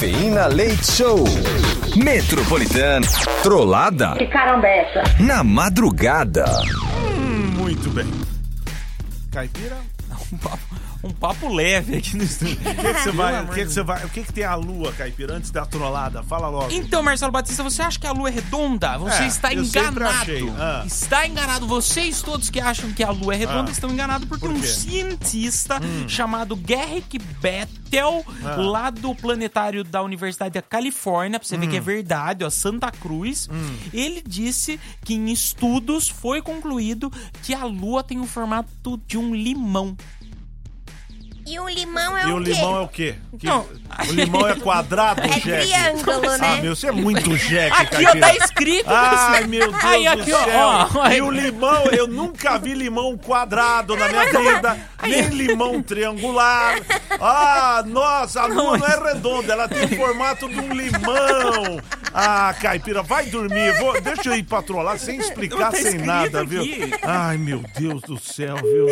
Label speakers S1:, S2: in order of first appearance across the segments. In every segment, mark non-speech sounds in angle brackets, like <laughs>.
S1: Cafeína Leite Show. Metropolitana. Trollada.
S2: Que carambeça.
S1: Na madrugada.
S3: Muito bem. Caipira?
S4: Um papo, um papo leve aqui no
S3: O
S4: estúdio.
S3: que, que
S5: Ah,
S3: você vai, o que, que você vai, o que, que tem a lua, Caipira, antes da trollada? Fala logo.
S4: Então, Marcelo Batista, você acha que a lua é redonda? Você
S3: É,
S4: está
S3: eu sempre
S4: enganado.
S3: achei. Ah.
S4: Está enganado. Vocês todos que acham que a lua é redonda
S3: Ah.
S4: estão enganados porque
S3: Por
S4: um
S3: quê? Hum.
S4: cientista chamado Garrick Bettel,
S3: Ah.
S4: lá do planetário da Universidade da Califórnia, pra você
S3: Hum.
S4: ver que é verdade, ó, Santa Cruz, ele disse que em estudos foi concluído que a lua tem o formato de um limão.
S5: E o limão é
S3: E
S5: o
S3: o
S5: quê? Então,
S3: limão é o quê? Que-
S4: Não.
S3: O limão é quadrado,
S5: <laughs> É
S3: Jack?
S5: triângulo,
S3: Ah,
S5: né?
S3: meu, você
S5: <laughs>
S3: é muito Jack,
S4: Aqui, ó,
S3: Caipira.
S4: tá escrito.
S3: Ai, meu Deus
S4: Aí,
S3: do
S4: aqui, ó,
S3: céu.
S4: ó,
S3: e o limão, eu nunca vi limão quadrado na minha vida,
S4: é.
S3: nem limão triangular. Ah, nossa, a lua não é redonda, ela tem o formato de um limão. Ah, Caipira, vai dormir. Vou, deixa eu ir patrolar sem explicar,
S4: Tá
S3: sem
S4: escrito
S3: nada, viu?
S4: aqui.
S3: Ai, meu Deus do céu, viu?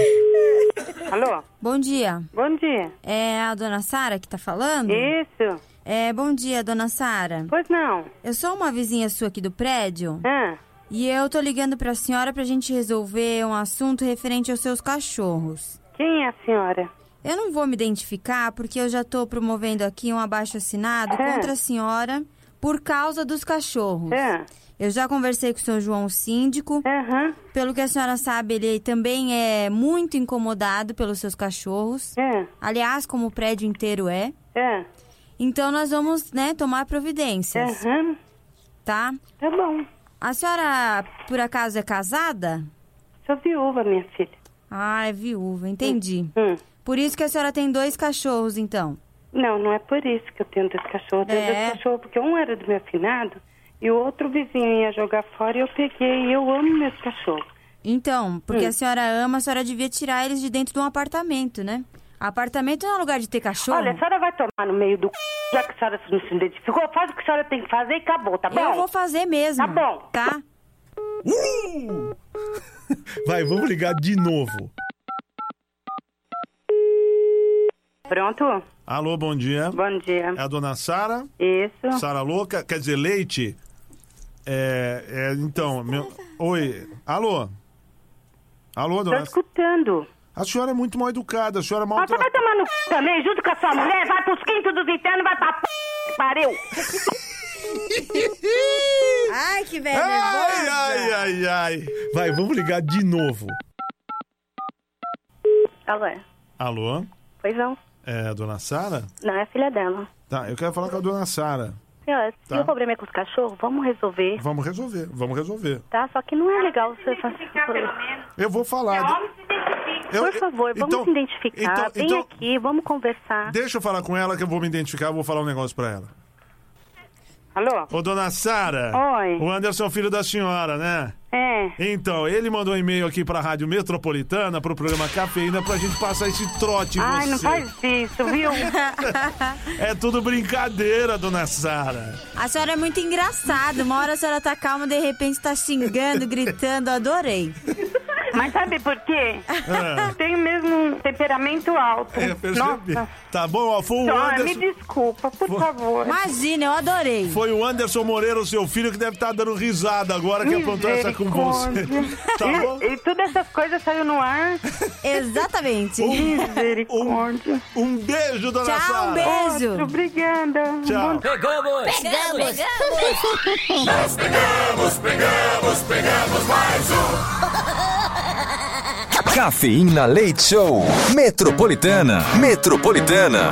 S6: Alô?
S7: Bom dia.
S6: Bom dia.
S7: É a dona Sara que tá falando?
S6: Isso?
S7: É, bom dia, dona Sara.
S6: Pois não.
S7: Eu sou uma vizinha sua aqui do prédio
S6: Ah,
S7: e eu tô ligando pra senhora pra gente resolver um assunto referente aos seus cachorros.
S6: quem é a senhora?
S7: Eu não vou me identificar porque eu já tô promovendo aqui um abaixo assinado
S6: É.
S7: contra a senhora por causa dos cachorros.
S6: Ah,
S7: Eu já conversei com o seu João Síndico.
S6: aham,
S7: Pelo que a senhora sabe, ele também é muito incomodado pelos seus cachorros.
S6: É.
S7: Aliás, como o prédio inteiro é.
S6: ah,
S7: Então nós vamos, né, tomar providências,
S6: aham.
S7: tá?
S6: Tá bom.
S7: A senhora, por acaso, é casada?
S6: Sou viúva, minha filha.
S7: Ah, é viúva, entendi.
S6: Hum.
S7: Por isso que a senhora tem dois cachorros, então.
S6: Não, não é por isso que eu tenho dois cachorros. Eu Tenho
S7: É.
S6: dois cachorros porque um era do meu finado e o outro vizinho ia jogar fora e eu peguei. E eu amo meus cachorros.
S7: Então, porque a senhora ama, a senhora devia tirar eles de dentro de um apartamento, né? Apartamento não é lugar de ter cachorro.
S6: Olha, a senhora vai tomar no meio do c... Já que a senhora não se identificou, faz o que a senhora tem que fazer e acabou, tá bom?
S7: Eu vou fazer mesmo.
S6: Tá bom.
S7: Tá?
S4: Uh!
S3: Vai, vamos ligar de novo.
S6: Pronto?
S3: Alô, bom dia.
S6: Bom dia.
S3: É a dona Sara?
S6: Isso.
S3: Sara Louca, quer dizer, leite. É, é, então, meu- oi. Alô? Alô,
S6: Tô
S3: dona.
S6: escutando.
S3: A senhora é muito mal educada, a senhora é mal.
S6: Mas você vai tomar no c... também, junto com a sua mulher, vai pros quintos dos internos, vai pra p... que pariu.
S7: Ai, que velho
S3: Ai, ai, ai, ai. Vai, vamos ligar de novo.
S6: Alô,
S3: Alô?
S6: Tá, pois não.
S3: É, dona Sara?
S6: Não, é filha dela.
S3: Tá, eu quero falar com a dona Sara.
S6: Senhora, se
S3: Tá.
S6: o problema é com os cachorros, vamos resolver,
S3: Vamos resolver, vamos resolver.
S6: tá? Só que não é legal você fazer...
S3: Eu vou falar. Eu-
S6: Por favor, vamos
S3: então-
S6: se identificar.
S3: então-
S6: Vem
S3: então-
S6: aqui, tá? vamos conversar.
S3: Deixa eu falar com ela que eu vou me identificar, eu vou falar um negócio pra ela.
S6: Alô?
S3: Ô, dona Sara.
S6: Oi.
S3: O Anderson é o filho da senhora, né?
S6: É.
S3: Então, ele mandou um e-mail aqui pra Rádio Metropolitana, pro programa Cafeína, pra gente passar esse trote em
S6: Ai,
S3: você.
S6: não faz
S3: <laughs>
S6: isso, viu?
S3: É tudo brincadeira, dona Sara.
S7: A senhora é muito engraçada. Uma hora a senhora tá calma, de repente tá xingando, gritando. Adorei.
S6: Mas sabe por quê? Tenho mesmo um temperamento alto.
S3: Ah. É, percebi.
S6: Nossa.
S3: Tá bom, ó, foi o
S6: Senhora, me
S3: Anderson.
S6: desculpa, por favor.
S7: Imagina, eu adorei.
S3: Foi o Anderson Moreira, o seu filho, que deve estar dando risada agora que aprontou essa com você.
S6: Misericórdia.
S3: Tá bom?
S6: E, e todas essas coisas saiu
S3: <laughs>
S6: no ar.
S7: Exatamente.
S6: Misericórdia.
S3: Um beijo, dona
S7: Tchau,
S3: Sara.
S7: um beijo.
S6: Muito Obrigada.
S3: Tchau.
S5: Pegamos.
S1: Cafeína Leite Show. Metropolitana. Metropolitana.